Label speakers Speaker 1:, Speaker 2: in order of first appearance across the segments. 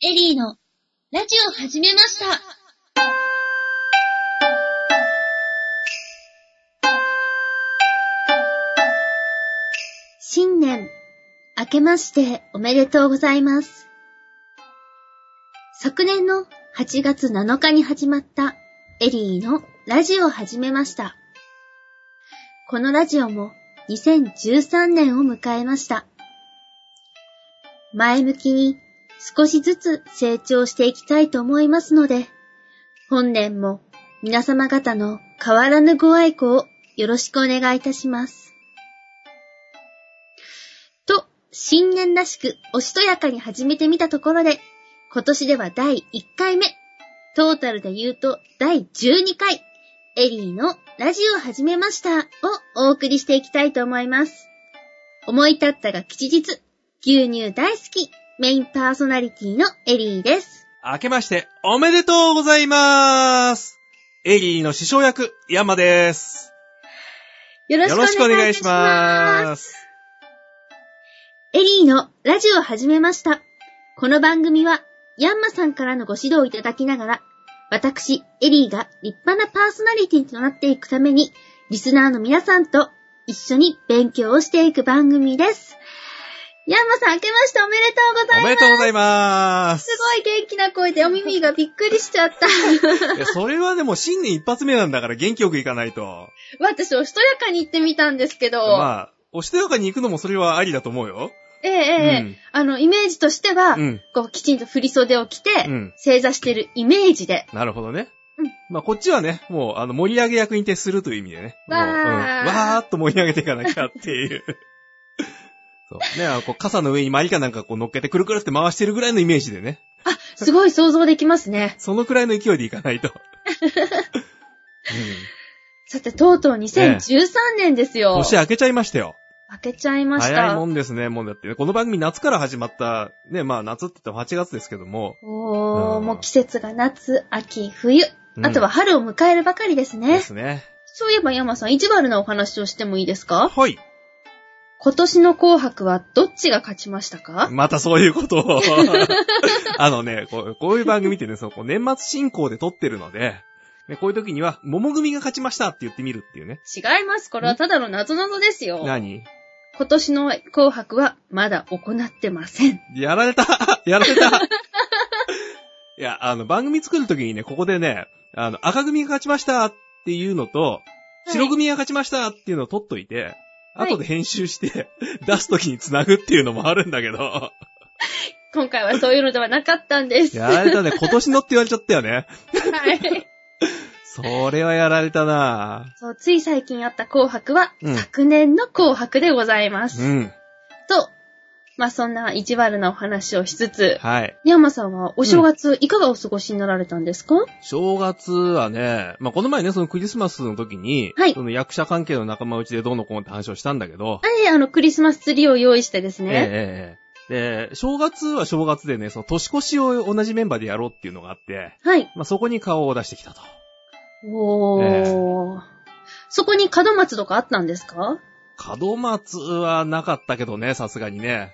Speaker 1: エリーのラジオ始めました。新年、明けましておめでとうございます。昨年の8月7日に始まったエリーのラジオ始めました。このラジオも2013年を迎えました。前向きに少しずつ成長していきたいと思いますので、本年も皆様方の変わらぬご愛顧をよろしくお願いいたします。と、新年らしくおしとやかに始めてみたところで、今年では第1回目、トータルで言うと第12回、エリーのラジオ始めましたをお送りしていきたいと思います。思い立ったが吉日、牛乳大好き、メインパーソナリティのエリーです。
Speaker 2: 明けまして、おめでとうございますエリーの師匠役、ヤンマです。
Speaker 1: よろし
Speaker 2: よ
Speaker 1: くお
Speaker 2: ろしくお
Speaker 1: 願
Speaker 2: 願
Speaker 1: い
Speaker 2: い
Speaker 1: し
Speaker 2: し
Speaker 1: ま。
Speaker 2: ますす。
Speaker 1: エリーのラジオを始めました。この番組は、ヤンマさんからのご指導をいただきながら、私、エリーが立派なパーソナリティとなっていくために、リスナーの皆さんと一緒に勉強をしていく番組です。ヤンマさん、明けましておめでとうござい
Speaker 2: お
Speaker 1: ます。
Speaker 2: めでとうございます。
Speaker 1: すごい元気な声でお耳がびっくりしちゃった。
Speaker 2: いや、それはでも新年一発目なんだから元気よくいかないと。
Speaker 1: 私、おしとやかに行ってみたんですけど、
Speaker 2: まあ、おしとやかに行くのもそれはありだと思うよ。
Speaker 1: ええええ
Speaker 2: うん
Speaker 1: あの、イメージとしては、
Speaker 2: うん。
Speaker 1: こう、きちんと振り袖を着て、
Speaker 2: うん
Speaker 1: 正座してるイメージで、
Speaker 2: なるほどね
Speaker 1: うん。
Speaker 2: まあ、こっちはね、もう、あの、盛り上げ役に徹するという意味でね。もう
Speaker 1: わー
Speaker 2: うんわーっと盛り上げていかなきゃっ ていう。そう。ね、あのこう、傘の上にマリカなんかこう乗っけてくるくるって回してるぐらいのイメージでね。
Speaker 1: すごい想像できますね。
Speaker 2: そのくらいの勢いでいかないと。
Speaker 1: さて、とうとう2013年です
Speaker 2: うん、
Speaker 1: よ。
Speaker 2: 年明けちゃいましたよ。
Speaker 1: 開けちゃいました。
Speaker 2: 早いもんですね、もんだってね。この番組夏から始まった、ね、まあ夏って言っても8月ですけども。
Speaker 1: おー、
Speaker 2: うん
Speaker 1: もう季節が夏、秋、冬、
Speaker 2: うん
Speaker 1: あとは春を迎えるばかりですね。
Speaker 2: ですね。
Speaker 1: そういえば山さん、イチバルなお話をしてもいいですか
Speaker 2: はい。
Speaker 1: 今年の紅白はどっちが勝ちましたか
Speaker 2: またそういうこと を。あのねこう、こういう番組ってね、そうこう年末進行で撮ってるので、ねこういう時には、桃組が勝ちましたって言ってみるっていうね。
Speaker 1: 違います。これはただの謎々ですよ。
Speaker 2: 何
Speaker 1: 今年の紅白はまだ行ってません。
Speaker 2: やられた やられたいや、あの、番組作るときにね、ここでね、あの、赤組が勝ちましたっていうのと、白組が勝ちましたっていうのを取っといて、
Speaker 1: はい
Speaker 2: 後で編集して、 出すときに繋ぐっていうのもあるんだけど、
Speaker 1: 今回はそういうのではなかったんです。
Speaker 2: やられたね、今年のって言われちゃったよね。
Speaker 1: はい。
Speaker 2: それはやられたな
Speaker 1: そう、つい最近あった紅白は、
Speaker 2: うん
Speaker 1: 昨年の紅白でございま
Speaker 2: ぁ
Speaker 1: す。
Speaker 2: うん。
Speaker 1: と、まあ、そんな意地悪なお話をしつつ、
Speaker 2: はい。
Speaker 1: ニャンマさんはお正月いかがお過ごしになられたんですか、
Speaker 2: 正月はね、まあ、この前ね、そのクリスマスの時に、
Speaker 1: はい
Speaker 2: その役者関係の仲間内でどうのこうのって話をしたんだけど、
Speaker 1: はい、あの、クリスマスツリーを用意してです
Speaker 2: ええ
Speaker 1: ね。
Speaker 2: ええええで、正月は正月でね、その年越しを同じメンバーでやろうっていうのがあって、
Speaker 1: はい。
Speaker 2: まあ、そこに顔を出してきたと。
Speaker 1: おー。
Speaker 2: え
Speaker 1: そこに門松とかあったんですか
Speaker 2: 門松はなかったけどね、さすが にね。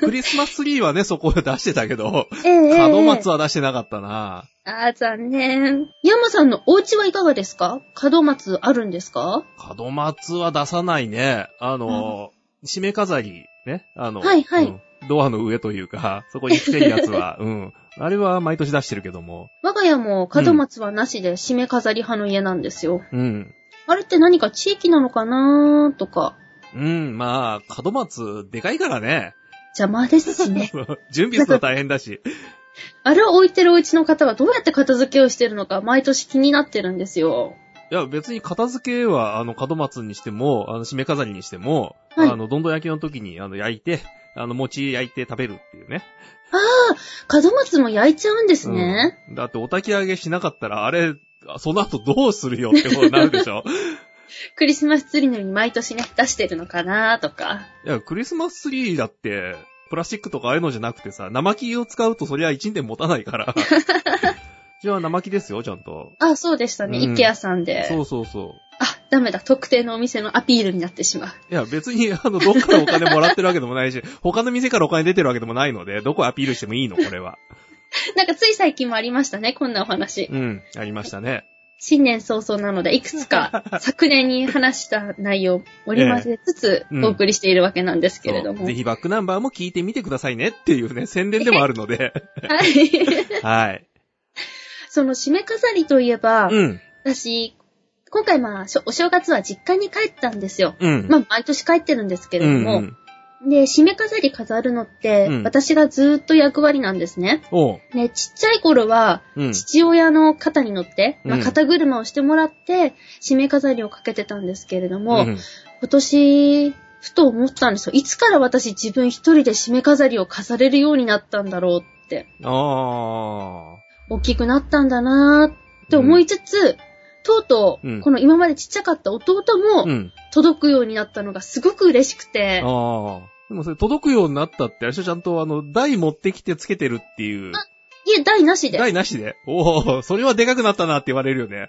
Speaker 2: クリスマスツリーはね、そこで出してたけど、
Speaker 1: ええ
Speaker 2: 門松は出してなかったな。
Speaker 1: あー、残念。ヤンマさんのお家はいかがですか門松あるんですか
Speaker 2: 門松は出さないね。あの、締め飾り、ね。あの、
Speaker 1: はいはい
Speaker 2: うんドアの上というか、そこに来てるやつ は、うん。あれは毎年出してるけども。
Speaker 1: 我が家も門松はなしで締め飾り派の家なんですよ。
Speaker 2: うん。
Speaker 1: あれって何か地域なのかなーとか、
Speaker 2: うん、まあ、門松、でかいからね。
Speaker 1: 邪魔ですし ね。
Speaker 2: 準備するの大変だし。
Speaker 1: あれを置いてるお家の方はどうやって片付けをしてるのか毎年気になってるんですよ。
Speaker 2: いや、別に片付けは、あの、門松にしても、あの、締め飾りにしても、
Speaker 1: はい
Speaker 2: あの、どんどん焼きの時に、あの、焼いて、あの、餅焼いて食べるっていうね。
Speaker 1: 門松も焼いちゃうんですね。
Speaker 2: うんだって、お焚き上げしなかったら、あれ、あその後どうするよってことになるで しょ
Speaker 1: クリスマスツリーのように毎年ね、出してるのかなーとか。
Speaker 2: いや、クリスマスツリーだって、プラスチックとかああいうのじゃなくてさ、生木を使うとそりゃ1年持たな いから。じゃあ生木ですよ、ちゃんと。
Speaker 1: あ、そうでしたね。
Speaker 2: うん
Speaker 1: イケアさんで。
Speaker 2: そうそうそう。
Speaker 1: あ、ダメだ。特定のお店のアピールになってしまう。
Speaker 2: いや、別に、あの、どっ からお金もらってるわけでもないし、他の店からお金出てるわけでもないので、どこアピールしてもいいの、これは。
Speaker 1: なんかつい最近もありましたね、こんなお話。
Speaker 2: うん、ありましたね。
Speaker 1: 新年早々なので、いくつ か昨年に話した内容を織り交ぜつつ
Speaker 2: ええうん
Speaker 1: お送りしているわけなんですけれど
Speaker 2: そう
Speaker 1: も。は
Speaker 2: ぜ
Speaker 1: い。
Speaker 2: ひバックナンバーも聞いてみてくださいねっていうね、宣伝でもあるの で。はい。
Speaker 1: その締め飾りといえば、
Speaker 2: うん、
Speaker 1: 私、今回まあ、しょお正月は実家に帰ったんですよ。
Speaker 2: うん。
Speaker 1: まあ、毎年帰ってるんですけ
Speaker 2: う
Speaker 1: れど
Speaker 2: ん、う
Speaker 1: も。
Speaker 2: ん。
Speaker 1: で、締め飾り飾るのって、
Speaker 2: うん
Speaker 1: 私がずーっと役割なんですね。
Speaker 2: おう。
Speaker 1: ね、ちっちゃい頃は、
Speaker 2: うん。
Speaker 1: 父親の肩に乗って、まあ
Speaker 2: うん
Speaker 1: 肩車をしてもらって、締め飾りをかけてたんですけれども、
Speaker 2: うん
Speaker 1: 今年、ふと思ったんですよ。いつから私自分一人で締め飾りを飾れるようになったんだろうって、
Speaker 2: ああ。
Speaker 1: 大きくなったんだなーって思いつつ、とうと
Speaker 2: う
Speaker 1: う、
Speaker 2: ん
Speaker 1: この今までちっちゃかった弟も
Speaker 2: うん。
Speaker 1: 届くようになったのがすごく嬉しくて、
Speaker 2: ああ。でもそれ届くようになったって、あれでしょちゃんとあの、台持ってきてつけてるってい
Speaker 1: い
Speaker 2: う。
Speaker 1: え、台無しで。
Speaker 2: 台なしで。おお、それはでかくなったなって言われるよね。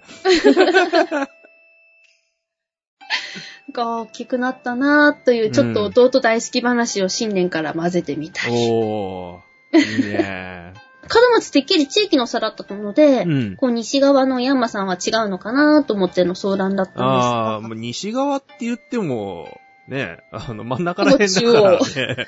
Speaker 1: が大きくなったなーという、ちょっと弟大好き話を新年から混ぜてみたい。
Speaker 2: おお。い いね。
Speaker 1: 門松てっきり地域の差だったので、
Speaker 2: うん。
Speaker 1: こう西側のヤンマさんは違うのかなーと思っての相談だったんです
Speaker 2: ああ、もう西側って言っても、ね、あの、真ん中ら辺だからね。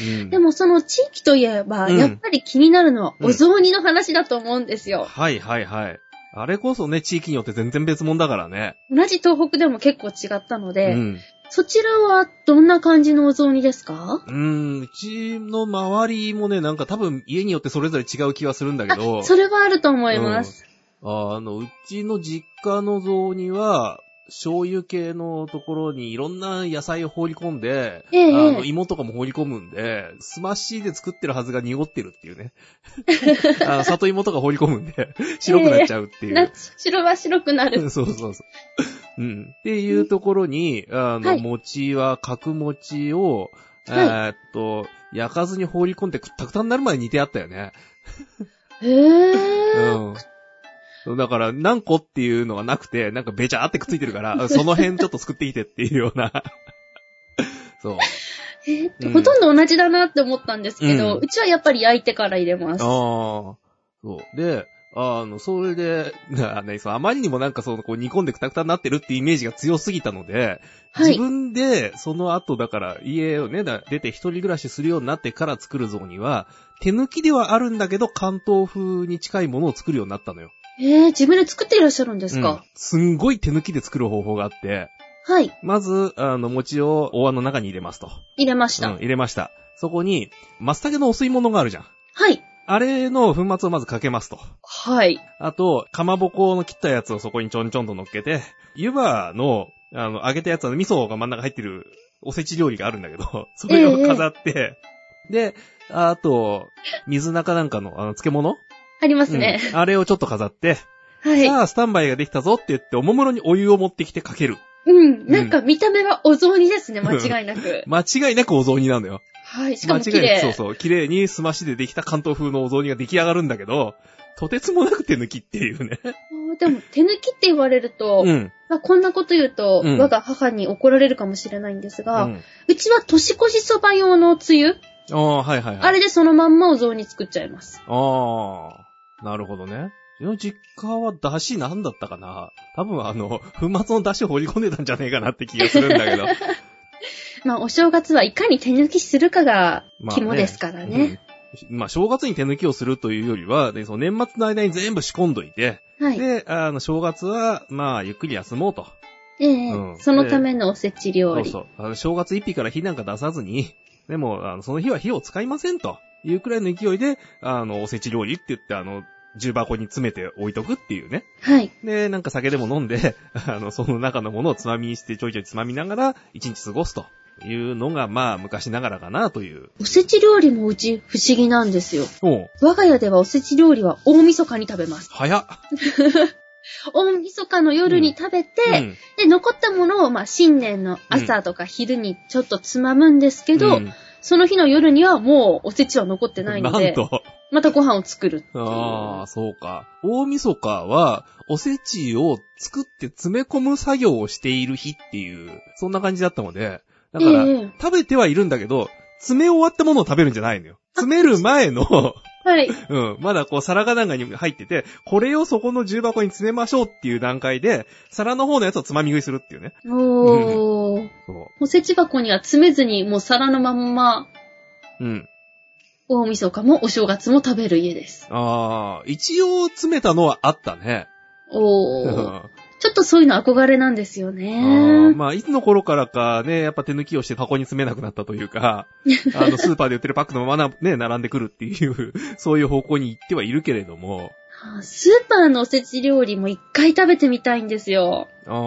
Speaker 2: うん
Speaker 1: でもその地域といえば、
Speaker 2: うん
Speaker 1: やっぱり気になるのは
Speaker 2: うん
Speaker 1: お雑煮の話だと思うんですよ。
Speaker 2: はいはいはい。あれこそね、地域によって全然別物だからね。
Speaker 1: 同じ東北でも結構違ったの
Speaker 2: う
Speaker 1: で、
Speaker 2: ん。
Speaker 1: そちらはどんな感じのお雑煮ですか
Speaker 2: うん、うちの周りもね、なんか多分家によってそれぞれ違う気はするんだけど
Speaker 1: あ、、それはあると思います。
Speaker 2: あの、うちの実家の雑煮は、醤油系のところにいろんな野菜を放り込んで、
Speaker 1: ええ
Speaker 2: あの、
Speaker 1: ええ
Speaker 2: 芋とかも放り込むんで、すましで作ってるはずが濁ってるってい うね。あの里芋とか放り込むんで、白くなっちゃうっていう。
Speaker 1: な白は白くなる。
Speaker 2: そうそうそう。うん。っていうところに、あの、
Speaker 1: はい
Speaker 2: 餅は、角餅を、え
Speaker 1: はい
Speaker 2: ーっと、焼かずに放り込んでくったくたになるまで煮てあったよね。
Speaker 1: へぇー。
Speaker 2: うん。そうだから、何個っていうのがなくて、なんかべちゃーってくっついてる から、その辺ちょっと作ってきてっていうような。 そう。
Speaker 1: えー
Speaker 2: うん
Speaker 1: ほとんど同じだなって思ったんですけど、
Speaker 2: う
Speaker 1: うんちはやっぱり焼いてから入れます。
Speaker 2: ああ。そう。で、あの、それで、なね、そうあまりにもなんかその、こう煮込んでくたくたになってるっていうイメージが強すぎたので、
Speaker 1: はい
Speaker 2: 自分で、その後だから、家をね、だ出て一人暮らしするようになってから作る像には、手抜きではあるんだけど、関東風に近いものを作るようになったのよ。
Speaker 1: えー、自分で作っていらっしゃるんです
Speaker 2: うん
Speaker 1: か、
Speaker 2: すんごい手抜きで作る方法があって、
Speaker 1: はい、
Speaker 2: まず、あの、餅をお椀の中に入れますと。
Speaker 1: 入れました。
Speaker 2: うん、入れました。そこに、松茸のお吸い物があるじゃん。
Speaker 1: はい。
Speaker 2: あれの粉末をまずかけますと。
Speaker 1: はい。
Speaker 2: あと、かまぼこの切ったやつをそこにちょんちょんと乗っけて、湯葉の、あの、揚げたやつの味噌が真ん中入ってるおせち料理があるんだけど、 それを飾って、で、あと、水中なんかの、あの、漬物
Speaker 1: ありますね。
Speaker 2: うんあれをちょっと飾って、
Speaker 1: はい。
Speaker 2: さあ、スタンバイができたぞって言って、おもむろにお湯を持ってきてかける。
Speaker 1: うん。なんか見た目はお雑煮ですね、間違いなく。
Speaker 2: 間違いなくお雑煮なんだよ。
Speaker 1: はい。しかも綺
Speaker 2: 間違いなく、そう
Speaker 1: 麗。
Speaker 2: そう、綺麗にすましでできた関東風のお雑煮が出来上がるんだけど、とてつもなく手抜きっていうね。
Speaker 1: あーでも、手抜きって言われると、
Speaker 2: うん。
Speaker 1: まあ、こんなこと言うと、
Speaker 2: うん
Speaker 1: 我が母に怒られるかもしれないんです
Speaker 2: う、
Speaker 1: が、うんちは年越しそば用のつゆ、
Speaker 2: ああ、はいはいはい。
Speaker 1: あれでそのまんまお雑煮作っちゃいます。
Speaker 2: ああ、なるほどね。うちの実家は出汁なんだったかな多分あの、粉末の出汁を放り込んでたんじゃねえかなって気がするんだ けど。
Speaker 1: まあ、お正月はいかに手抜きするかが
Speaker 2: まあね
Speaker 1: 肝ですからね。
Speaker 2: うんまあ、正月に手抜きをするというよりは、でその年末の間に全部仕込んどいて、
Speaker 1: はい。
Speaker 2: で、あの、正月は、まあ、ゆっくり休もうと。
Speaker 1: ええ
Speaker 2: うん
Speaker 1: そのためのおせち料
Speaker 2: そ
Speaker 1: 理。
Speaker 2: うそう。あの正月一日から火なんか出さずに、 でも、あのその日は火を使いませんというくらいの勢いで、あの、おせち料理って言って、あの、重箱に詰めて置いとくっていうね。
Speaker 1: はい。
Speaker 2: で、なんか酒でも飲んで、 あの、その中のものをつまみにしてちょいちょいつまみながら、一日過ごすというのが、まあ、昔ながらかなという。
Speaker 1: おせち料理もうち不思議なんですよ。
Speaker 2: おう
Speaker 1: 我が家ではおせち料理は大晦日に食べます。
Speaker 2: 早っ。
Speaker 1: 大晦日の夜に食べて、
Speaker 2: うん。
Speaker 1: で、残ったものを、まあ、新年の朝とか昼にちょっとつまむんですけど、
Speaker 2: うん
Speaker 1: その日の夜にはもうおせちは残ってないの
Speaker 2: なん
Speaker 1: で、
Speaker 2: と。
Speaker 1: またご飯を作るっていう。
Speaker 2: ああ、そうか。大晦日は、おせちを作って詰め込む作業をしている日っていう、そんな感じだったので、だから、
Speaker 1: ええ
Speaker 2: 食べてはいるんだけど、詰め終わったものを食べるんじゃないのよ。詰める前の、
Speaker 1: はい。
Speaker 2: うん、まだこう皿かなんかに入ってて、これをそこの重箱に詰めましょうっていう段階で、皿の方のやつをつまみ食いするっていうね。
Speaker 1: おー。
Speaker 2: そ
Speaker 1: おせち箱には詰めずに、もう皿のまんま、
Speaker 2: う。うん。
Speaker 1: 大晦日もお正月も食べる家です。
Speaker 2: ああ、一応詰めたのはあったね。
Speaker 1: お
Speaker 2: う
Speaker 1: ー。
Speaker 2: ん
Speaker 1: ちょっとそういうの憧れなんですよ
Speaker 2: あー
Speaker 1: ね。
Speaker 2: まあ、いつの頃からかね、やっぱ手抜きをして箱に詰めなくなったという か、あの、スーパーで売ってるパックのままな、ね、並んでくるっていう、 そういう方向に行ってはいるけれども、
Speaker 1: スーパーのおせち料理も一回食べてみたいんですよ。
Speaker 2: あ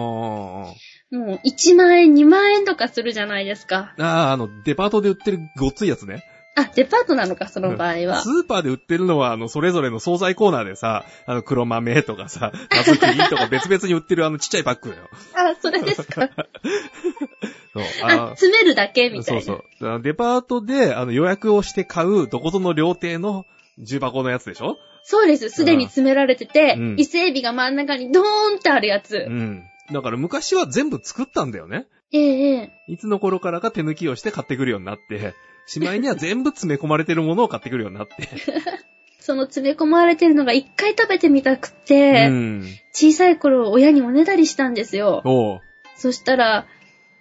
Speaker 1: もう1万円、2万円とかするじゃないですか。
Speaker 2: あ、ああ、あの、デパートで売ってるごっついやつね。
Speaker 1: あ、デパートなのか、その場合は
Speaker 2: ス。ーパーで売ってるのは、あの、それぞれの惣菜コーナーでさ、あの、黒豆とかさ、ナスクリとか別々に売ってるあのちっちゃいパックだよ。
Speaker 1: あ、それですか。
Speaker 2: そう、
Speaker 1: あ、
Speaker 2: あ
Speaker 1: 詰めるだけ みたい
Speaker 2: そ
Speaker 1: な。
Speaker 2: うそう。あのデパートで、あの、予約をして買う、どこぞの料亭の重箱のやつでしょ
Speaker 1: そうです。すでに詰められてて
Speaker 2: うん、
Speaker 1: 伊勢エビが真ん中にドーンってあるやつ
Speaker 2: う。ん。だから昔は全部作ったんだよね。
Speaker 1: ええええ。
Speaker 2: いつの頃からか手抜きをして買ってくるようになって、しまいには全部詰め込まれてるものを買ってくるようになって。
Speaker 1: その詰め込まれてるのが一回食べてみたく
Speaker 2: う
Speaker 1: て、
Speaker 2: ん。
Speaker 1: 小さい頃親におねだりしたんですよ。
Speaker 2: おう。
Speaker 1: そしたら、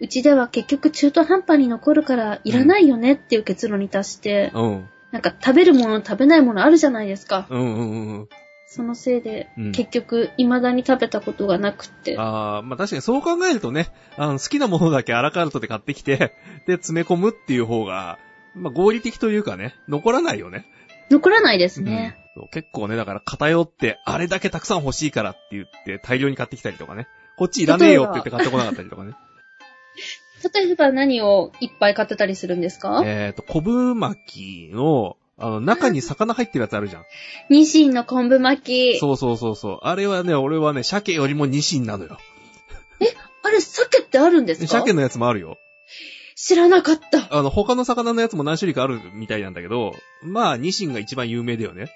Speaker 1: うちでは結局中途半端に残るからいらないよねっていう結論に達して、
Speaker 2: うん。
Speaker 1: なんか食べるもの食べないものあるじゃないですか。
Speaker 2: うんうんうんうん。
Speaker 1: そのせいで、
Speaker 2: うん
Speaker 1: 結局未だに食べたことがなくって。
Speaker 2: ああ、まあ確かにそう考えるとね、あの、好きなものだけアラカルトで買ってきて、で、詰め込むっていう方が、まあ合理的というかね、残らないよね。
Speaker 1: 残らないですね。
Speaker 2: うんそう結構ね、だから偏って、あれだけたくさん欲しいからって言って大量に買ってきたりとかね。こっちいらねえよって言って買ってこなかったりとかね。
Speaker 1: 例えば何をいっぱい買ってたりするんですか
Speaker 2: えっ、と、昆布巻きの、あの、中に魚入ってるやつあるじゃん。
Speaker 1: ニシンの昆布巻き。
Speaker 2: そうそうそうそう。あれはね、俺はね、鮭よりもニシンなのよ。
Speaker 1: あれ、鮭ってあるんですか
Speaker 2: 鮭のやつもあるよ。
Speaker 1: 知らなかった。
Speaker 2: あの、他の魚のやつも何種類かあるみたいなんだけど、まあ、ニシンが一番有名だよね。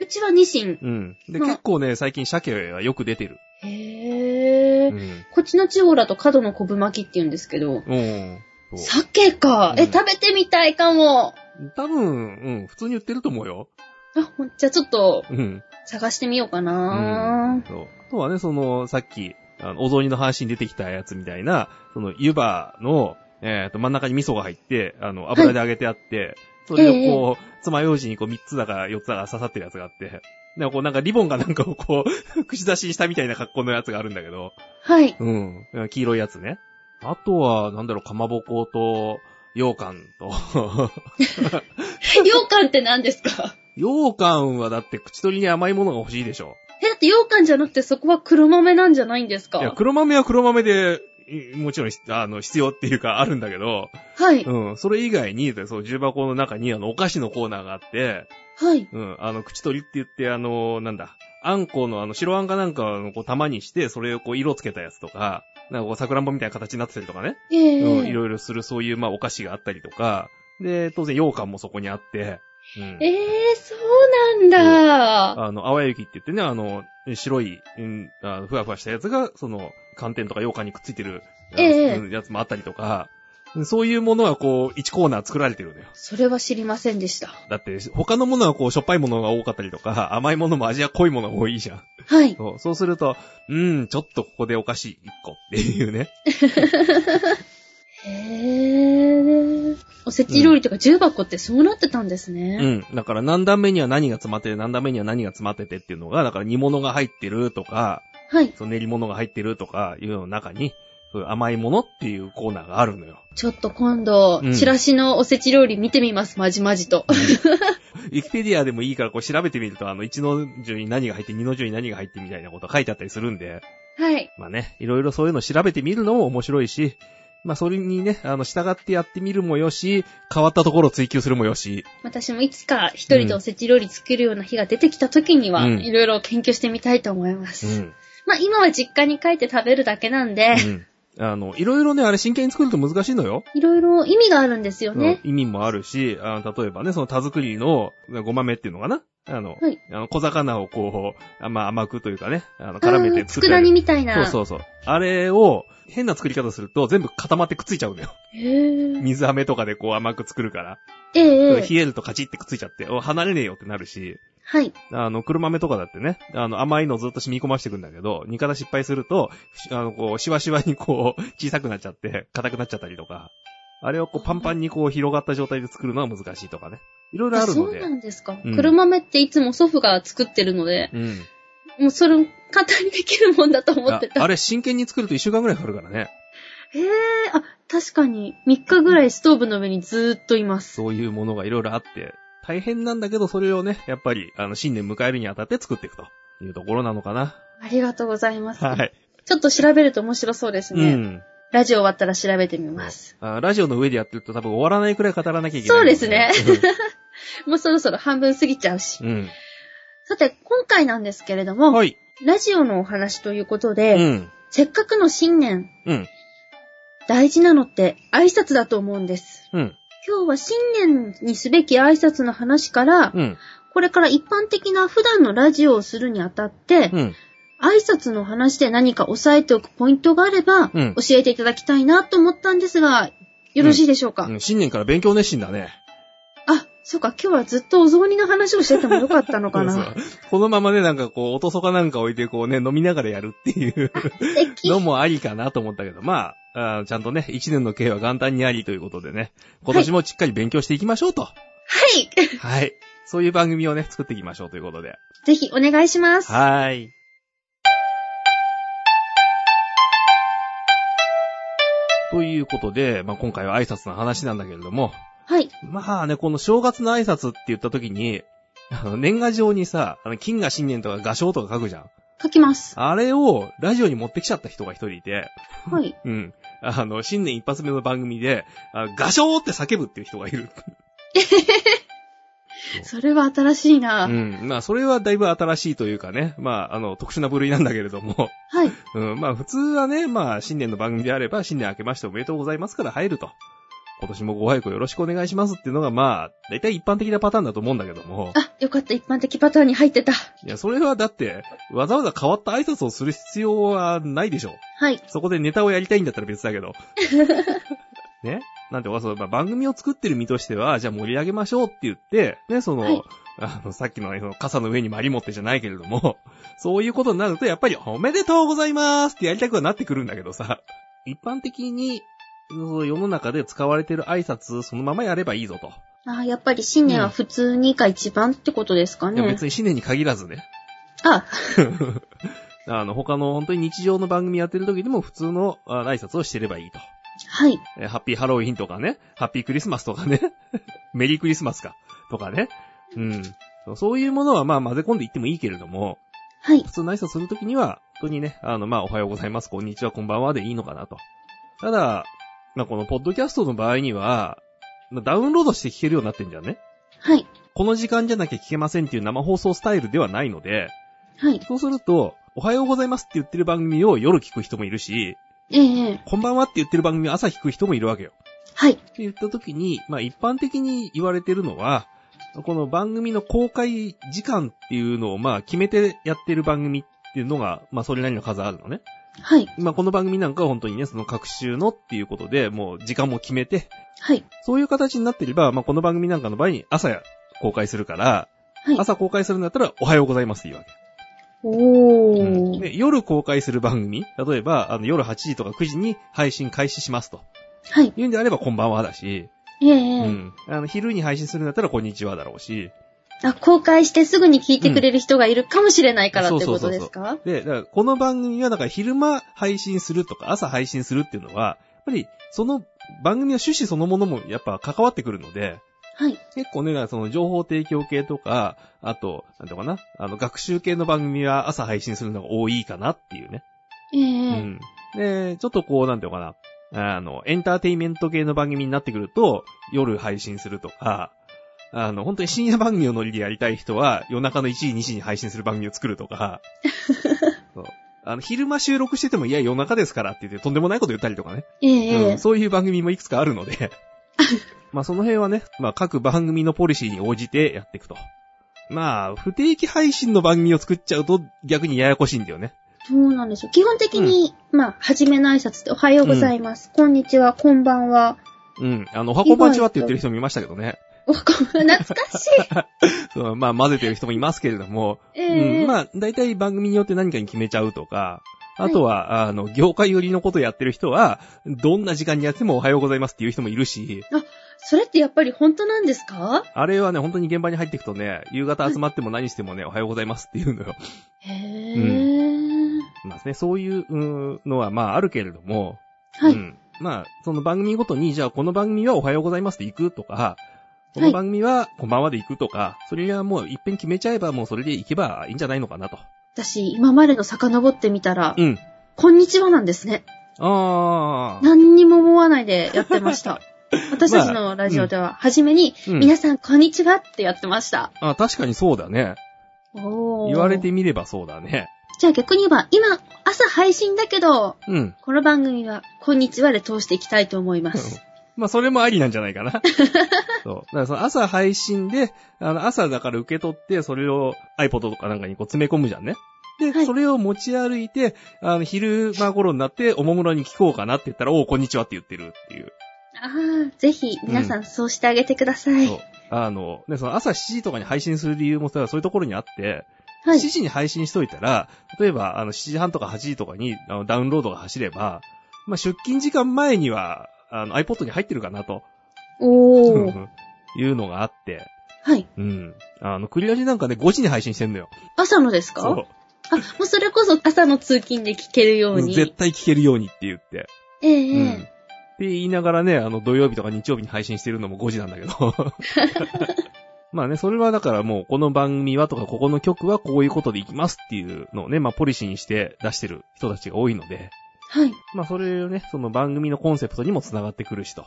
Speaker 1: うちはニシン。
Speaker 2: うん。で、
Speaker 1: うん
Speaker 2: 結構ね、最近鮭はよく出てる。
Speaker 1: へ
Speaker 2: う
Speaker 1: ー。
Speaker 2: ん。
Speaker 1: こっちの地方だと角の昆布巻きって言うんですけど。
Speaker 2: うん。そう
Speaker 1: 鮭か。え、
Speaker 2: うん
Speaker 1: 食べてみたいかも。
Speaker 2: 多分、うん、普通に売ってると思うよ。
Speaker 1: あ、ほんじゃあちょっと
Speaker 2: うん。
Speaker 1: 探してみようか
Speaker 2: う。
Speaker 1: なん
Speaker 2: そう。あとはね、その、さっき、あのお雑煮の話に出てきたやつみたいな、その、湯葉の、えっ、と、真ん中に味噌が入って、あの、油で揚げてあって、それをこう、爪楊枝にこう、3つだか4つだか刺さってるやつがあって、なんかこう、なんかリボンがなんかをこう、 串刺しにしたみたいな格好のやつがあるんだけど、
Speaker 1: はい。
Speaker 2: うん。黄色いやつね。あとは、なんだろう、かまぼこと、羊羹と。
Speaker 1: 羊羹って何ですか
Speaker 2: 羊羹はだって口取りに甘いものが欲しいでしょ。
Speaker 1: え、だって羊羹じゃなくてそこは黒豆なんじゃないんです
Speaker 2: いや、
Speaker 1: か
Speaker 2: 黒豆は黒豆で、いもちろんし、あの、必要っていうかあるんだけど、
Speaker 1: はい。
Speaker 2: うん、それ以外に、そう、重箱の中に、あの、お菓子のコーナーがあって、
Speaker 1: はい。
Speaker 2: うん、あの、口取りって言って、あの、なんだ、あんこの、あの、白あんかなんかをこう、玉にして、それをこう、色つけたやつとか、なんかこう、桜んぼみたいな形になってたりとかね、
Speaker 1: え
Speaker 2: うん、い
Speaker 1: ー。
Speaker 2: ろいろする、そういう、まあ、お菓子があったりとか、で、当然、羊羹もそこにあって、うん。
Speaker 1: えー、そうなんだ。
Speaker 2: あの、淡雪って言ってね、あの、白い、うん、あのふわふわしたやつが、その、寒天とか羊羹にくっついてる、あの
Speaker 1: ええ
Speaker 2: うんやつもあったりとか、そういうものはこう、1コーナー作られてるのよ。
Speaker 1: それは知りませんでした。
Speaker 2: だって、他のものはこう、しょっぱいものが多かったりとか、甘いものも味が濃いものが多いじゃん。
Speaker 1: はい。
Speaker 2: そうそうすると、うーん、ちょっとここでお菓子1個っていうね。
Speaker 1: へー。おせち料理とか重箱ってそうなってたんですね。
Speaker 2: うん。だから何段目には何が詰まってて、何段目には何が詰まっててっていうのが、だから煮物が入ってるとか、
Speaker 1: はい。
Speaker 2: その練り物が入ってるとかいうのの中に、そういう甘いものっていうコーナーがあるのよ。
Speaker 1: ちょっと今度
Speaker 2: うん、
Speaker 1: チラシのおせち料理見てみます、まじまじと。
Speaker 2: ウィキペディアでもいいからこう調べてみると、あの、1の順に何が入って、2の順に何が入ってみたいなこと書いてあったりするんで、
Speaker 1: はい。
Speaker 2: まあね、いろいろそういうの調べてみるのも面白いし、まあそれにね、あの、従ってやってみるもよし、変わったところを追求するもよし、
Speaker 1: 私もいつか一人でおせち料理作るような日が出てきた時には、
Speaker 2: うん
Speaker 1: いろいろ研究してみたいと思いま
Speaker 2: う
Speaker 1: す。
Speaker 2: ん、
Speaker 1: まあ今は実家に帰って食べるだけなんで、
Speaker 2: うん。あの、いろいろね、あれ真剣に作ると難しいのよ。
Speaker 1: いろいろ意味があるんですよね。
Speaker 2: うん意味もあるし、あの例えばね、その田作りのごまめっていうのかなあの、
Speaker 1: はい
Speaker 2: あの小魚をこう、あまあ、甘くというかね、あの、絡めて
Speaker 1: つく
Speaker 2: 作る。
Speaker 1: だ煮みたいな。
Speaker 2: そうそうそう。あれを、変な作り方すると全部固まってくっついちゃうのよ。
Speaker 1: へー
Speaker 2: 水飴とかでこう甘く作るから。
Speaker 1: ええええ
Speaker 2: 冷えるとカチってくっついちゃって、お離れねえよってなるし、
Speaker 1: はい。
Speaker 2: あの、黒豆とかだってね、あの、甘いのをずっと染み込ましてくんだけど、煮方失敗すると、しあの、こう、しわしわにこう、 小さくなっちゃって、硬くなっちゃったりとか、あれをこう、パンパンにこう、広がった状態で作るのは難しいとかね。いろいろあ
Speaker 1: あ
Speaker 2: る
Speaker 1: そ
Speaker 2: の
Speaker 1: う
Speaker 2: で
Speaker 1: な。んですか。
Speaker 2: うん
Speaker 1: 黒豆っていつも祖父が作ってるので、
Speaker 2: うん。
Speaker 1: もうそれ簡単にできるもんだと思っ
Speaker 2: あ
Speaker 1: てた。
Speaker 2: あれ、真剣に作ると一週間ぐらいかかるからね。
Speaker 1: へえ、あ、確かに、3日ぐらいストーブの上にずーっといます。
Speaker 2: そういうものがいろいろあって、大変なんだけど、それをね、やっぱり、あの、新年迎えるにあたって作っていくというところなのかな。
Speaker 1: ありがとうございます。
Speaker 2: はい。
Speaker 1: ちょっと調べると面白そうです
Speaker 2: う
Speaker 1: ね。
Speaker 2: ん。
Speaker 1: ラジオ終わったら調べてみます。
Speaker 2: あラジオの上でやってると多分終わらないくらい語らなきゃいけないの、
Speaker 1: そうですもうそろそろ半分過ぎちゃうし。
Speaker 2: うん。
Speaker 1: さて、今回なんですけれど
Speaker 2: う
Speaker 1: も、
Speaker 2: ん。はい。
Speaker 1: ラジオのお話ということ
Speaker 2: う
Speaker 1: で、
Speaker 2: ん。
Speaker 1: せっかくの新年、
Speaker 2: うん。
Speaker 1: 大事なのって挨拶だと思うんです。
Speaker 2: うん。
Speaker 1: 今日は新年にすべき挨拶の話から、
Speaker 2: うん。
Speaker 1: これから一般的な普段のラジオをするにあたって、
Speaker 2: うん。
Speaker 1: 挨拶の話で何か押さえておくポイントがあれば、
Speaker 2: うん
Speaker 1: 教えていただきたいなと思ったんですが、よろしいでしょうか、
Speaker 2: うん新年から勉強熱心だね。
Speaker 1: あ、そうか、今日はずっとお雑煮の話をしててもよかったのかな。
Speaker 2: そうそうこのままね、なんかこう、おとそかなんか置いてこうね、飲みながらやるっていう
Speaker 1: 素敵。
Speaker 2: のもありかなと思ったけど、まあ、あーちゃんとね、一年の経は元旦にありということでね、今年もしっかり勉強していきましょうと。
Speaker 1: はい。
Speaker 2: はい。そういう番組をね、作っていきましょうということで。
Speaker 1: ぜひお願いします。
Speaker 2: はーい。ということで、まあ、今回は挨拶の話なんだけれども、
Speaker 1: はい。
Speaker 2: まあね、この正月の挨拶って言った時に、あの、年賀状にさ、あの、金賀新年とか画章とか書くじゃん。
Speaker 1: 書きます。
Speaker 2: あれを、ラジオに持ってきちゃった人が一人いて、
Speaker 1: はい。
Speaker 2: うん。あの、新年一発目の番組で、あ画章って叫ぶっていう人がいる。
Speaker 1: それは新しいうな、
Speaker 2: ん。まあ、それはだいぶ新しいというかね、まあ、あの、特殊な部類なんだけれども、
Speaker 1: はい。
Speaker 2: うん、まあ普通はね、まあ新年の番組であれば、新年明けましておめでとうございますから入ると。今年もご愛顧よろしくお願いしますっていうのがまあ、大体一般的なパターンだと思うんだけども。
Speaker 1: あ、よかった。一般的パターンに入ってた。
Speaker 2: いや、それはだって、わざわざ変わった挨拶をする必要はないでしょう。
Speaker 1: はい。
Speaker 2: そこでネタをやりたいんだったら別だ けど。ねなんて、そう、まあ、番組を作ってる身としては、じゃあ盛り上げましょうって言って、ね、その、
Speaker 1: はい
Speaker 2: あの、さっきのね、その傘の上にマリ持ってじゃないけれども、そういうことになると、やっぱりおめでとうございますってやりたくはなってくるんだけどさ、一般的に、そう世の中で使われてる挨拶そのままやればいいぞと。
Speaker 1: あ、やっぱり新年は普通にか一番ってことですか
Speaker 2: いや
Speaker 1: ね
Speaker 2: 別。に新年に限らずね。
Speaker 1: あ、
Speaker 2: あの、他の本当に日常の番組やってる時でも普通のあ挨拶をしてればいいと。
Speaker 1: はい。
Speaker 2: えーハッピーハロウィンとかね、ハッピークリスマスとかね、 メリークリスマスか、とかね。うん。そういうものはまあ混ぜ込んでいってもいいけれども、
Speaker 1: はい。
Speaker 2: 普通の挨拶するときには、本当にね、あの、まあおはようございます、こんにちは、こんばんはでいいのかなと。ただ、まあこのポッドキャストの場合には、まあダウンロードして聞けるようになってんじゃんね。
Speaker 1: はい。
Speaker 2: この時間じゃなきゃ聞けませんっていう生放送スタイルではないので、
Speaker 1: はい。
Speaker 2: そうすると、おはようございますって言ってる番組を夜聞く人もいるし、
Speaker 1: ええええ
Speaker 2: こんばんはって言ってる番組を朝聞く人もいるわけよ。
Speaker 1: はい。
Speaker 2: って言った時に、まあ一般的に言われてるのは、この番組の公開時間っていうのをまあ決めてやってる番組っていうのが、まあそれなりの数あるのね。
Speaker 1: はい。
Speaker 2: まあこの番組なんかは本当にね、その各週のっていうことで、もう時間も決めて、
Speaker 1: はい。
Speaker 2: そういう形になってれば、まあこの番組なんかの場合に朝や公開するから、
Speaker 1: はい。
Speaker 2: 朝公開するんだったらおはようございますって言うわけ。
Speaker 1: おー。
Speaker 2: うんで夜公開する番組、例えばあの夜8時とか9時に配信開始しますと。
Speaker 1: はい。
Speaker 2: 言うんであればこんばんはだし、
Speaker 1: ええええ
Speaker 2: うん。あの、昼に配信するんだったら、こんにちはだろうし。
Speaker 1: あ、公開してすぐに聞いてくれる人がいるかもしれないからってことですか
Speaker 2: で、だからこの番組は、だから昼間配信するとか、朝配信するっていうのは、やっぱり、その番組の趣旨そのものも、やっぱ関わってくるので、
Speaker 1: はい。
Speaker 2: 結構ね、だからその情報提供系とか、あと、なんていうのかな、あの、学習系の番組は朝配信するのが多いかなっていうね。
Speaker 1: ええ
Speaker 2: う
Speaker 1: ええ
Speaker 2: ん。で、ちょっとこう、なんていうのかな、あの、エンターテインメント系の番組になってくると、夜配信するとか、あの、本当に深夜番組をノリでやりたい人は、夜中の1時、2時に配信する番組を作るとか、そうあの、昼間収録してても、いや、夜中ですからって言って、とんでもないこと言ったりとかね。
Speaker 1: ええ
Speaker 2: う
Speaker 1: え
Speaker 2: ん、そういう番組もいくつかあるの で、まあその辺はね、まあ各番組のポリシーに応じてやっていくと。まあ、不定期配信の番組を作っちゃうと逆にややこしいんだよね。
Speaker 1: そうなんですよ。基本的に、まあ、初めの挨拶っておはようございます。こんにちは、こんばんは。
Speaker 2: うん。あの、おはこんばんちはって言ってる人もいましたけどね。
Speaker 1: おはこんばんは、懐かし い。
Speaker 2: そうまあ混ぜてる人もいますけれども、
Speaker 1: ええ
Speaker 2: うん、まあ大体番組によって何かに決めちゃうとか、あとは、あの、業界寄りのことやってる人は、どんな時間にやってもおはようございますっていう人もいるし、
Speaker 1: それってやっぱり本当なんですか
Speaker 2: あれはね、本当に現場に入っていくとね、夕方集まっても何してもね、おはようございますっていうのよ。
Speaker 1: へえ、
Speaker 2: まあね、そういううんのはまああるけれども、
Speaker 1: はい、
Speaker 2: うん、まあ、その番組ごとに、じゃあこの番組はおはようございますで行くとか、この番組はこんばんはで行くとか、それはもう一遍決めちゃえばもうそれで行けばいいんじゃないのかなと。
Speaker 1: 私、今までの遡ってみたら、
Speaker 2: うん。
Speaker 1: こんにちはなんですね。
Speaker 2: ああ。
Speaker 1: 何にも思わないでやってま した。私たちのラジオでは、初めに、
Speaker 2: うん
Speaker 1: 皆さんこんにちはってやってました。
Speaker 2: あ、確かにそうだね。
Speaker 1: おー
Speaker 2: 言われてみればそうだね。
Speaker 1: じゃあ逆に言えば、今、朝配信だけど、
Speaker 2: うん。
Speaker 1: この番組は、こんにちはで通していきたいと思います。
Speaker 2: まあ、それもありなんじゃない かな。そう。だからその朝配信で、あの、朝だから受け取って、それを iPod とかなんかにこう詰め込むじゃんね。で、
Speaker 1: はい
Speaker 2: それを持ち歩いて、あの、昼間頃になって、おもむろに聞こうかなって言ったら、おう、こんにちはって言ってるっていう。
Speaker 1: ああ、ぜひ、皆さんそうしてあげてください。
Speaker 2: そう。あの、ね、その朝7時とかに配信する理由もさ、そういうところにあって、
Speaker 1: はい。
Speaker 2: 7時に配信しといたら、例えば、あの、7時半とか8時とかにあのダウンロードが走れば、まあ、出勤時間前には、あの、iPod に入ってるかなと、
Speaker 1: お
Speaker 2: う
Speaker 1: ー。
Speaker 2: ん いうのがあって、
Speaker 1: はい。
Speaker 2: うん。あの、クリアジなんかね、5時に配信してんのよ。
Speaker 1: 朝のですか
Speaker 2: そ
Speaker 1: あ、もうそれこそ朝の通勤で聞けるよう
Speaker 2: う。
Speaker 1: に。
Speaker 2: 絶対聞けるようにって言って。
Speaker 1: ええ
Speaker 2: うん。
Speaker 1: え
Speaker 2: って言いながらね、あの、土曜日とか日曜日に配信してるのも5時なんだけ ど。 まあね、それはだからもう、この番組はとか、ここの曲はこういうことでいきますっていうのをね、まあ、ポリシーにして出してる人たちが多いので、
Speaker 1: えはい。
Speaker 2: まあ、それをね、その番組のコンセプトにも繋がってくるしと。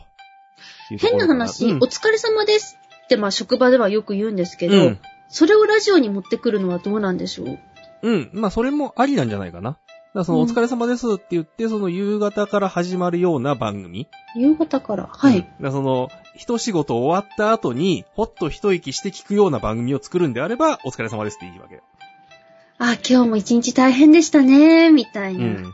Speaker 2: いうと
Speaker 1: 変
Speaker 2: ころ
Speaker 1: な
Speaker 2: かな
Speaker 1: 話、
Speaker 2: うん
Speaker 1: お疲れ様ですって、まあ職場ではよく言うんですけど、
Speaker 2: うん。
Speaker 1: それをラジオに持ってくるのはどうなんでしょう
Speaker 2: うん。まあ、それもありなんじゃないかな。だからその、
Speaker 1: うん
Speaker 2: お疲れ様ですって言って、その、夕方から始まるような番組。
Speaker 1: 夕方から。は
Speaker 2: うんだ
Speaker 1: い
Speaker 2: か。らその、一仕事終わった後に、ほっと一息して聞くような番組を作るんであれば、お疲れ様ですっていいわけ。
Speaker 1: あ、今日も一日大変でしたね、みたいうな。
Speaker 2: ん。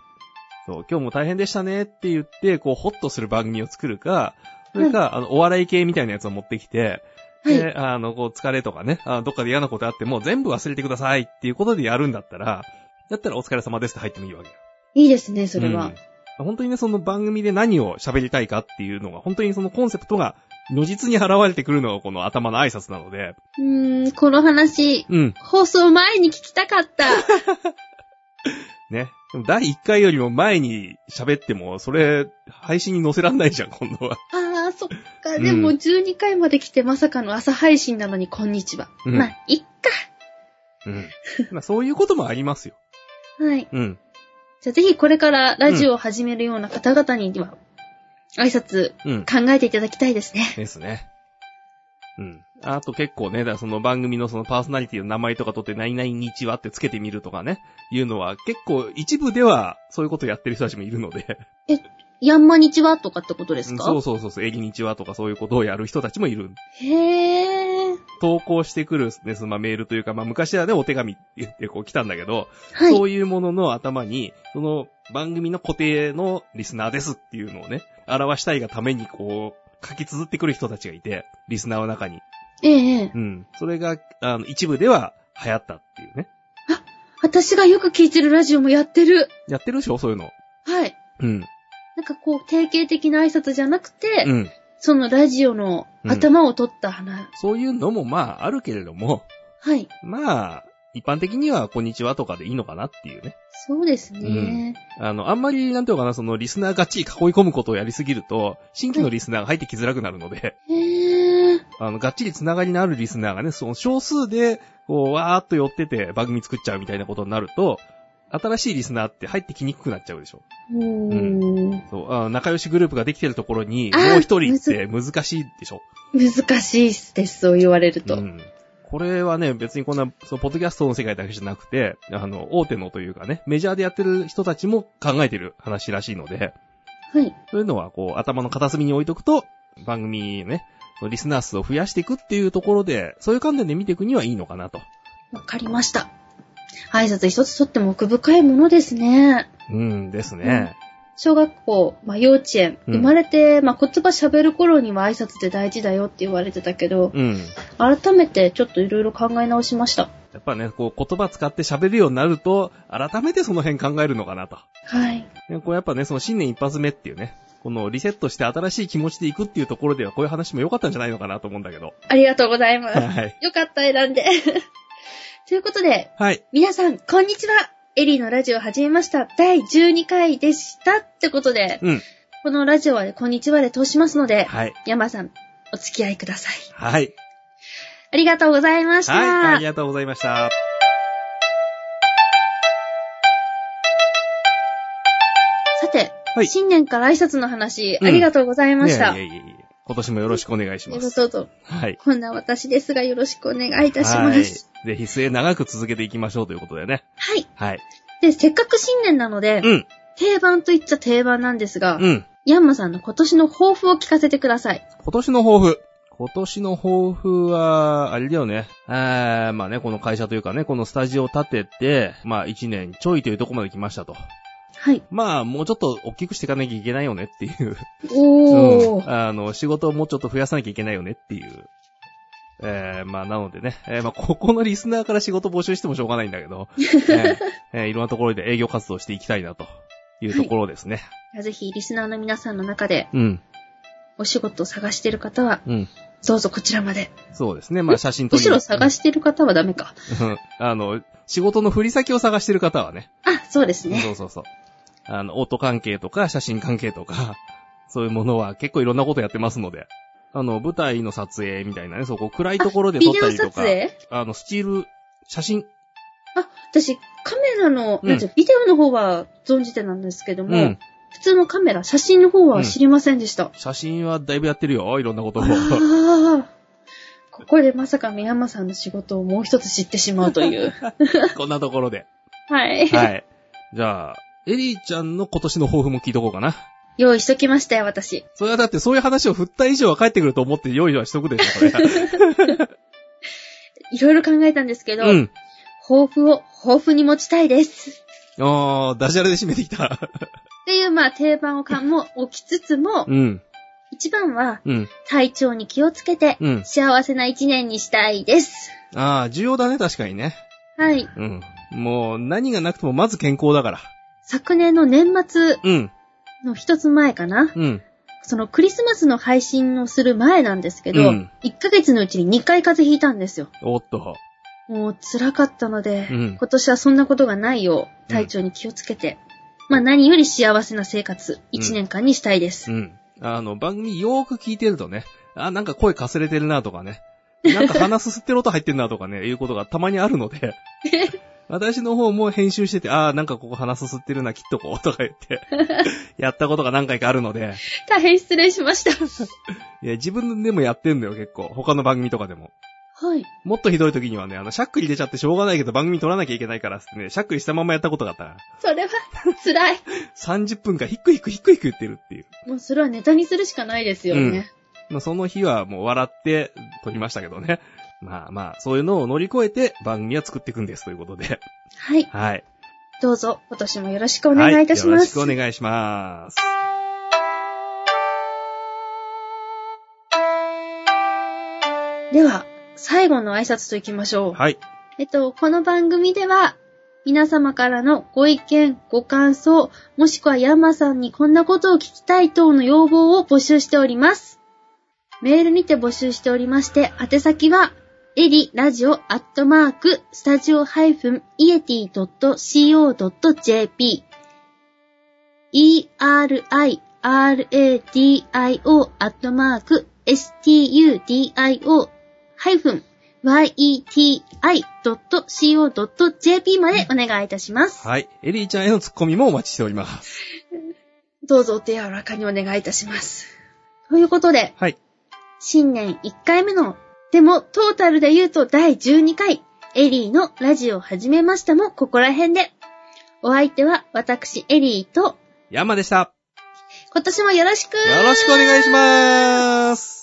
Speaker 2: そう、今日も大変でしたねって言って、こう、ほっとする番組を作るか、それか、あの、お笑い系みたいなやつを持ってきて、
Speaker 1: はい。
Speaker 2: で、あの、こう、疲れとかね、あどっかで嫌なことあっても、全部忘れてくださいっていうことでやるんだったら、だったらお疲れ様ですって入ってもいいわけよ。
Speaker 1: いいですね、それは。
Speaker 2: うん本当にね、その番組で何を喋りたいかっていうのが、本当にそのコンセプトが、如実に現れてくるのがこの頭の挨拶なので、
Speaker 1: うーん、この話、
Speaker 2: うん。
Speaker 1: 放送前に聞きたか った。
Speaker 2: ね。でも第1回よりも前に喋っても、それ、配信に載せらんないじゃん、今度は。
Speaker 1: あー、そっか。
Speaker 2: うん
Speaker 1: でも12回まで来てまさかの朝配信なのにこんにちは。
Speaker 2: うん
Speaker 1: まあ、いっ
Speaker 2: うん。 まあ、そういうこともありますよ。
Speaker 1: か。はい。
Speaker 2: うん。
Speaker 1: じゃあぜひこれからラジオを始めるような方々には、挨拶
Speaker 2: うん。
Speaker 1: 考えていただきたいですね。
Speaker 2: ですね。うん。あと結構ね、だからその番組のそのパーソナリティの名前とか取って、何々日はってつけてみるとかね、いうのは結構一部ではそういうことやってる人たちもいるので、
Speaker 1: やんまにちはとかってことで
Speaker 2: う
Speaker 1: す
Speaker 2: ん
Speaker 1: か
Speaker 2: そうそうそうそう、えり日はとかそういうことをやる人たちもいる。
Speaker 1: へー。
Speaker 2: 投稿してくるね、そのまあメールというか、まあ昔はね、お手紙って言ってこう来たんだけど、
Speaker 1: はい。
Speaker 2: そういうものの頭に、その番組の固定のリスナーですっていうのをね、表したいがためにこう、書き綴ってくる人たちがいて、リスナーの中に。
Speaker 1: ええ
Speaker 2: うん。それが、あの、一部では流行ったっていうね。
Speaker 1: 私がよく聞いてるラジオもやってる。
Speaker 2: やってるでしょそういうの。
Speaker 1: はい。
Speaker 2: うん。
Speaker 1: なんかこう、定型的な挨拶じゃなくて、
Speaker 2: うん。
Speaker 1: そのラジオの頭を取った花。
Speaker 2: そういうのもまあ、あるけれども、
Speaker 1: はい。
Speaker 2: まあ、一般的には、こんにちはとかでいいのかなっていうね。
Speaker 1: そうですね。
Speaker 2: あの、あんまり、なんていうのかな、その、リスナーがっちり囲い込むことをやりすぎると、新規のリスナーが入ってきづらくなるので、
Speaker 1: へえ。
Speaker 2: あの、がっちりつながりのあるリスナーがね、その少数で、こう、わーっと寄ってて番組作っちゃうみたいなことになると、新しいリスナーって入ってきにくくなっちゃうでしょ。
Speaker 1: うーん。
Speaker 2: そう、あの仲良しグループができてるところに、
Speaker 1: あー
Speaker 2: もう一人って難しいでしょ。
Speaker 1: 難しいです、そう言われると。
Speaker 2: うん。ここれはね、別にこんな、その、ポッドキャストの世界だけじゃなくて、あの、大手のというかね、メジャーでやってる人たちも考えてる話らしいので、
Speaker 1: はい。
Speaker 2: そういうのは、こう、頭の片隅に置いとくと、番組ね、リスナー数を増やしていくっていうところで、そういう観点で見ていくにはいいのかなと。
Speaker 1: わかりました。挨拶一つとっても奥深いものですね。
Speaker 2: うんですね。
Speaker 1: 小学校、まあ、幼稚園、
Speaker 2: うん
Speaker 1: 生まれて、まあ、言葉喋る頃には挨拶って大事だよって言われてたけど、
Speaker 2: うん。
Speaker 1: 改めてちょっといろいろ考え直しました。
Speaker 2: やっぱね、こう、言葉使って喋るようになると、改めてその辺考えるのかなと。
Speaker 1: はい。
Speaker 2: でこうやっぱね、その新年一発目っていうね、このリセットして新しい気持ちでいくっていうところでは、こういう話も良かったんじゃないのかなと思うんだけど。
Speaker 1: ありがとうござい ます。
Speaker 2: はい。
Speaker 1: よかった、選んで。 ということで、
Speaker 2: はい。
Speaker 1: 皆さん、こんにちはエリーのラジオ始めました。第12回でした。ってことで、
Speaker 2: うん。
Speaker 1: このラジオは、こんにちはで通しますので、
Speaker 2: はい。
Speaker 1: 山さん、お付き合いください。
Speaker 2: はい。
Speaker 1: ありがとうございました。
Speaker 2: はい。ありがとうございました。
Speaker 1: さて、
Speaker 2: はい
Speaker 1: 新年から挨拶の話、
Speaker 2: うん
Speaker 1: ありがとうございました。
Speaker 2: ねえいえいえいえ今年もよろしくお願いし
Speaker 1: ど
Speaker 2: ま
Speaker 1: う
Speaker 2: す。
Speaker 1: ぞどうぞ
Speaker 2: はい。
Speaker 1: こんな私ですがよろしくお願いいたします。
Speaker 2: はい。ぜひ末長く続けていきましょうということでね。
Speaker 1: はい。
Speaker 2: はい。
Speaker 1: で、せっかく新年なので、
Speaker 2: うん。
Speaker 1: 定番といっちゃ定番なんですが、
Speaker 2: うん。
Speaker 1: ヤンマさんの今年の抱負を聞かせてください。
Speaker 2: 今年の抱負。今年の抱負は、あれだよね。えー、まあね、この会社というかね、このスタジオを建てて、まあ1年ちょいというとこまで来ましたと。
Speaker 1: はい。
Speaker 2: まあ、もうちょっと大きくしていかなきゃいけないよねっていう。
Speaker 1: お
Speaker 2: う
Speaker 1: ー。
Speaker 2: んあの、仕事をもうちょっと増やさなきゃいけないよねっていう。えー、まあ、なのでね、えー、まあ、ここのリスナーから仕事募集してもしょうがないんだ けど、えーえーいろんなところで営業活動していきたいなというところですね。
Speaker 1: ぜひ、リスナーの皆さんの中で、
Speaker 2: うん、
Speaker 1: お仕事を探している方は、
Speaker 2: うん。
Speaker 1: どうぞこちらまで。
Speaker 2: そうですね。まあ、写真撮
Speaker 1: む
Speaker 2: り
Speaker 1: しろ探している方はダメか。
Speaker 2: うんあの、仕事の振り先を探してる方はね、
Speaker 1: あ、そうです
Speaker 2: そ
Speaker 1: ね。
Speaker 2: うそうそう。あの、オート関係とか、写真関係とか、そういうものは結構いろんなことやってますので、あの、舞台の撮影みたいなね、そう、こう暗いところで
Speaker 1: ビ
Speaker 2: 撮っ
Speaker 1: デ
Speaker 2: た
Speaker 1: オ
Speaker 2: りと
Speaker 1: 撮
Speaker 2: か、
Speaker 1: 影
Speaker 2: あの、スチール、写真、
Speaker 1: あ、私、カメラの、
Speaker 2: うん
Speaker 1: なんていうのビデオの方は存じてなんですけども、
Speaker 2: うん、
Speaker 1: 普通のカメラ、写真の方は知りませんでした。
Speaker 2: 写真はだいぶやってるよ、いろん なことを。
Speaker 1: ああ。ここでまさか宮山さんの仕事をもう一つ知ってしまうという。
Speaker 2: こんなところで。
Speaker 1: はい。
Speaker 2: はい。じゃあ、エリーちゃんの今年の抱負も聞いとこうかな。
Speaker 1: 用意しときましたよ、私。
Speaker 2: それはだってそういう話を振った以上は帰ってくると思って用意はしとくでしょ、こ れ。
Speaker 1: いろいろ考えたんですけど、
Speaker 2: うん。
Speaker 1: 抱負を抱負に持ちたいです。
Speaker 2: あー、ダジャレで締めてきた。
Speaker 1: っていう、まあ、定番をかも起きつつも、
Speaker 2: うん。
Speaker 1: 一番は、
Speaker 2: うん。
Speaker 1: 体調に気をつけて、
Speaker 2: うん。
Speaker 1: 幸せな一年にしたいです。
Speaker 2: あー、重要だね、確かにね。
Speaker 1: はい。
Speaker 2: うん。もう、何がなくてもまず健康だから。
Speaker 1: 昨年の年末
Speaker 2: うん。
Speaker 1: の一つ前かな。
Speaker 2: うん。
Speaker 1: そのクリスマスの配信をする前なんですけど、
Speaker 2: うん
Speaker 1: 1ヶ月のうちに2回風邪ひいたんですよ。
Speaker 2: おっと。
Speaker 1: もう辛かったので、
Speaker 2: うん
Speaker 1: 今年はそんなことがないよう体調に気をつけて、まあ何より幸せな生活、
Speaker 2: うん
Speaker 1: 1年間にしたいです。
Speaker 2: うん。あの、番組よーく聞いてるとね、あ、なんか声かすれてるなとか ね、なんか鼻すすってる音入ってるなとかね、いうことがたまにあるの で、私の方も編集してて、あーなんかここ鼻すすってるな、切っとこうとか言 って、やったことが何回かあるので、
Speaker 1: 大変失礼しました。
Speaker 2: いや、自分でもやってんだよ、結構。他の番組とかでも。
Speaker 1: はい。
Speaker 2: もっとひどい時にはね、あの、しゃっくり出ちゃってしょうがないけど番組撮らなきゃいけないからっつってね、しゃっくりしたままやったことがあったら、
Speaker 1: それは辛い。
Speaker 2: 30分間ヒックヒックヒックヒック言ってるっていう。
Speaker 1: もうそれはネタにするしかないですよね。
Speaker 2: まあ、その日はもう笑って撮りましたけどね。まあまあ、そういうのを乗り越えて番組は作っていくんですということで。
Speaker 1: はい。
Speaker 2: はい。
Speaker 1: どうぞ今年もよろしくお願いいたし
Speaker 2: は
Speaker 1: ま
Speaker 2: よろし
Speaker 1: す。
Speaker 2: くお願いします。
Speaker 1: では、最後の挨拶といきましょう。
Speaker 2: はい。
Speaker 1: えっと、この番組では、皆様からのご意見、ご感想、もしくはヤンマさんにこんなことを聞きたい等の要望を募集しております。メールにて募集しておりまして、宛先は、エリラジオアットマーク、スタジオハイフン、イエティ .co.jp、e-r-i-r-a-d-i-o アットマーク、studio ハイフン、yeti.co.jp までお願いいたします。
Speaker 2: はい。エリーちゃんへのツッコミもお待ちしております。
Speaker 1: どうぞお手柔らかにお願いいたします。ということで、
Speaker 2: はい。
Speaker 1: 新年1回目のでも、トータルで言うと第12回、エリーのラジオを始めましたもここら辺で。お相手は私、エリーと、
Speaker 2: 山でした。
Speaker 1: 今年もよろしく
Speaker 2: よろしくお願いします。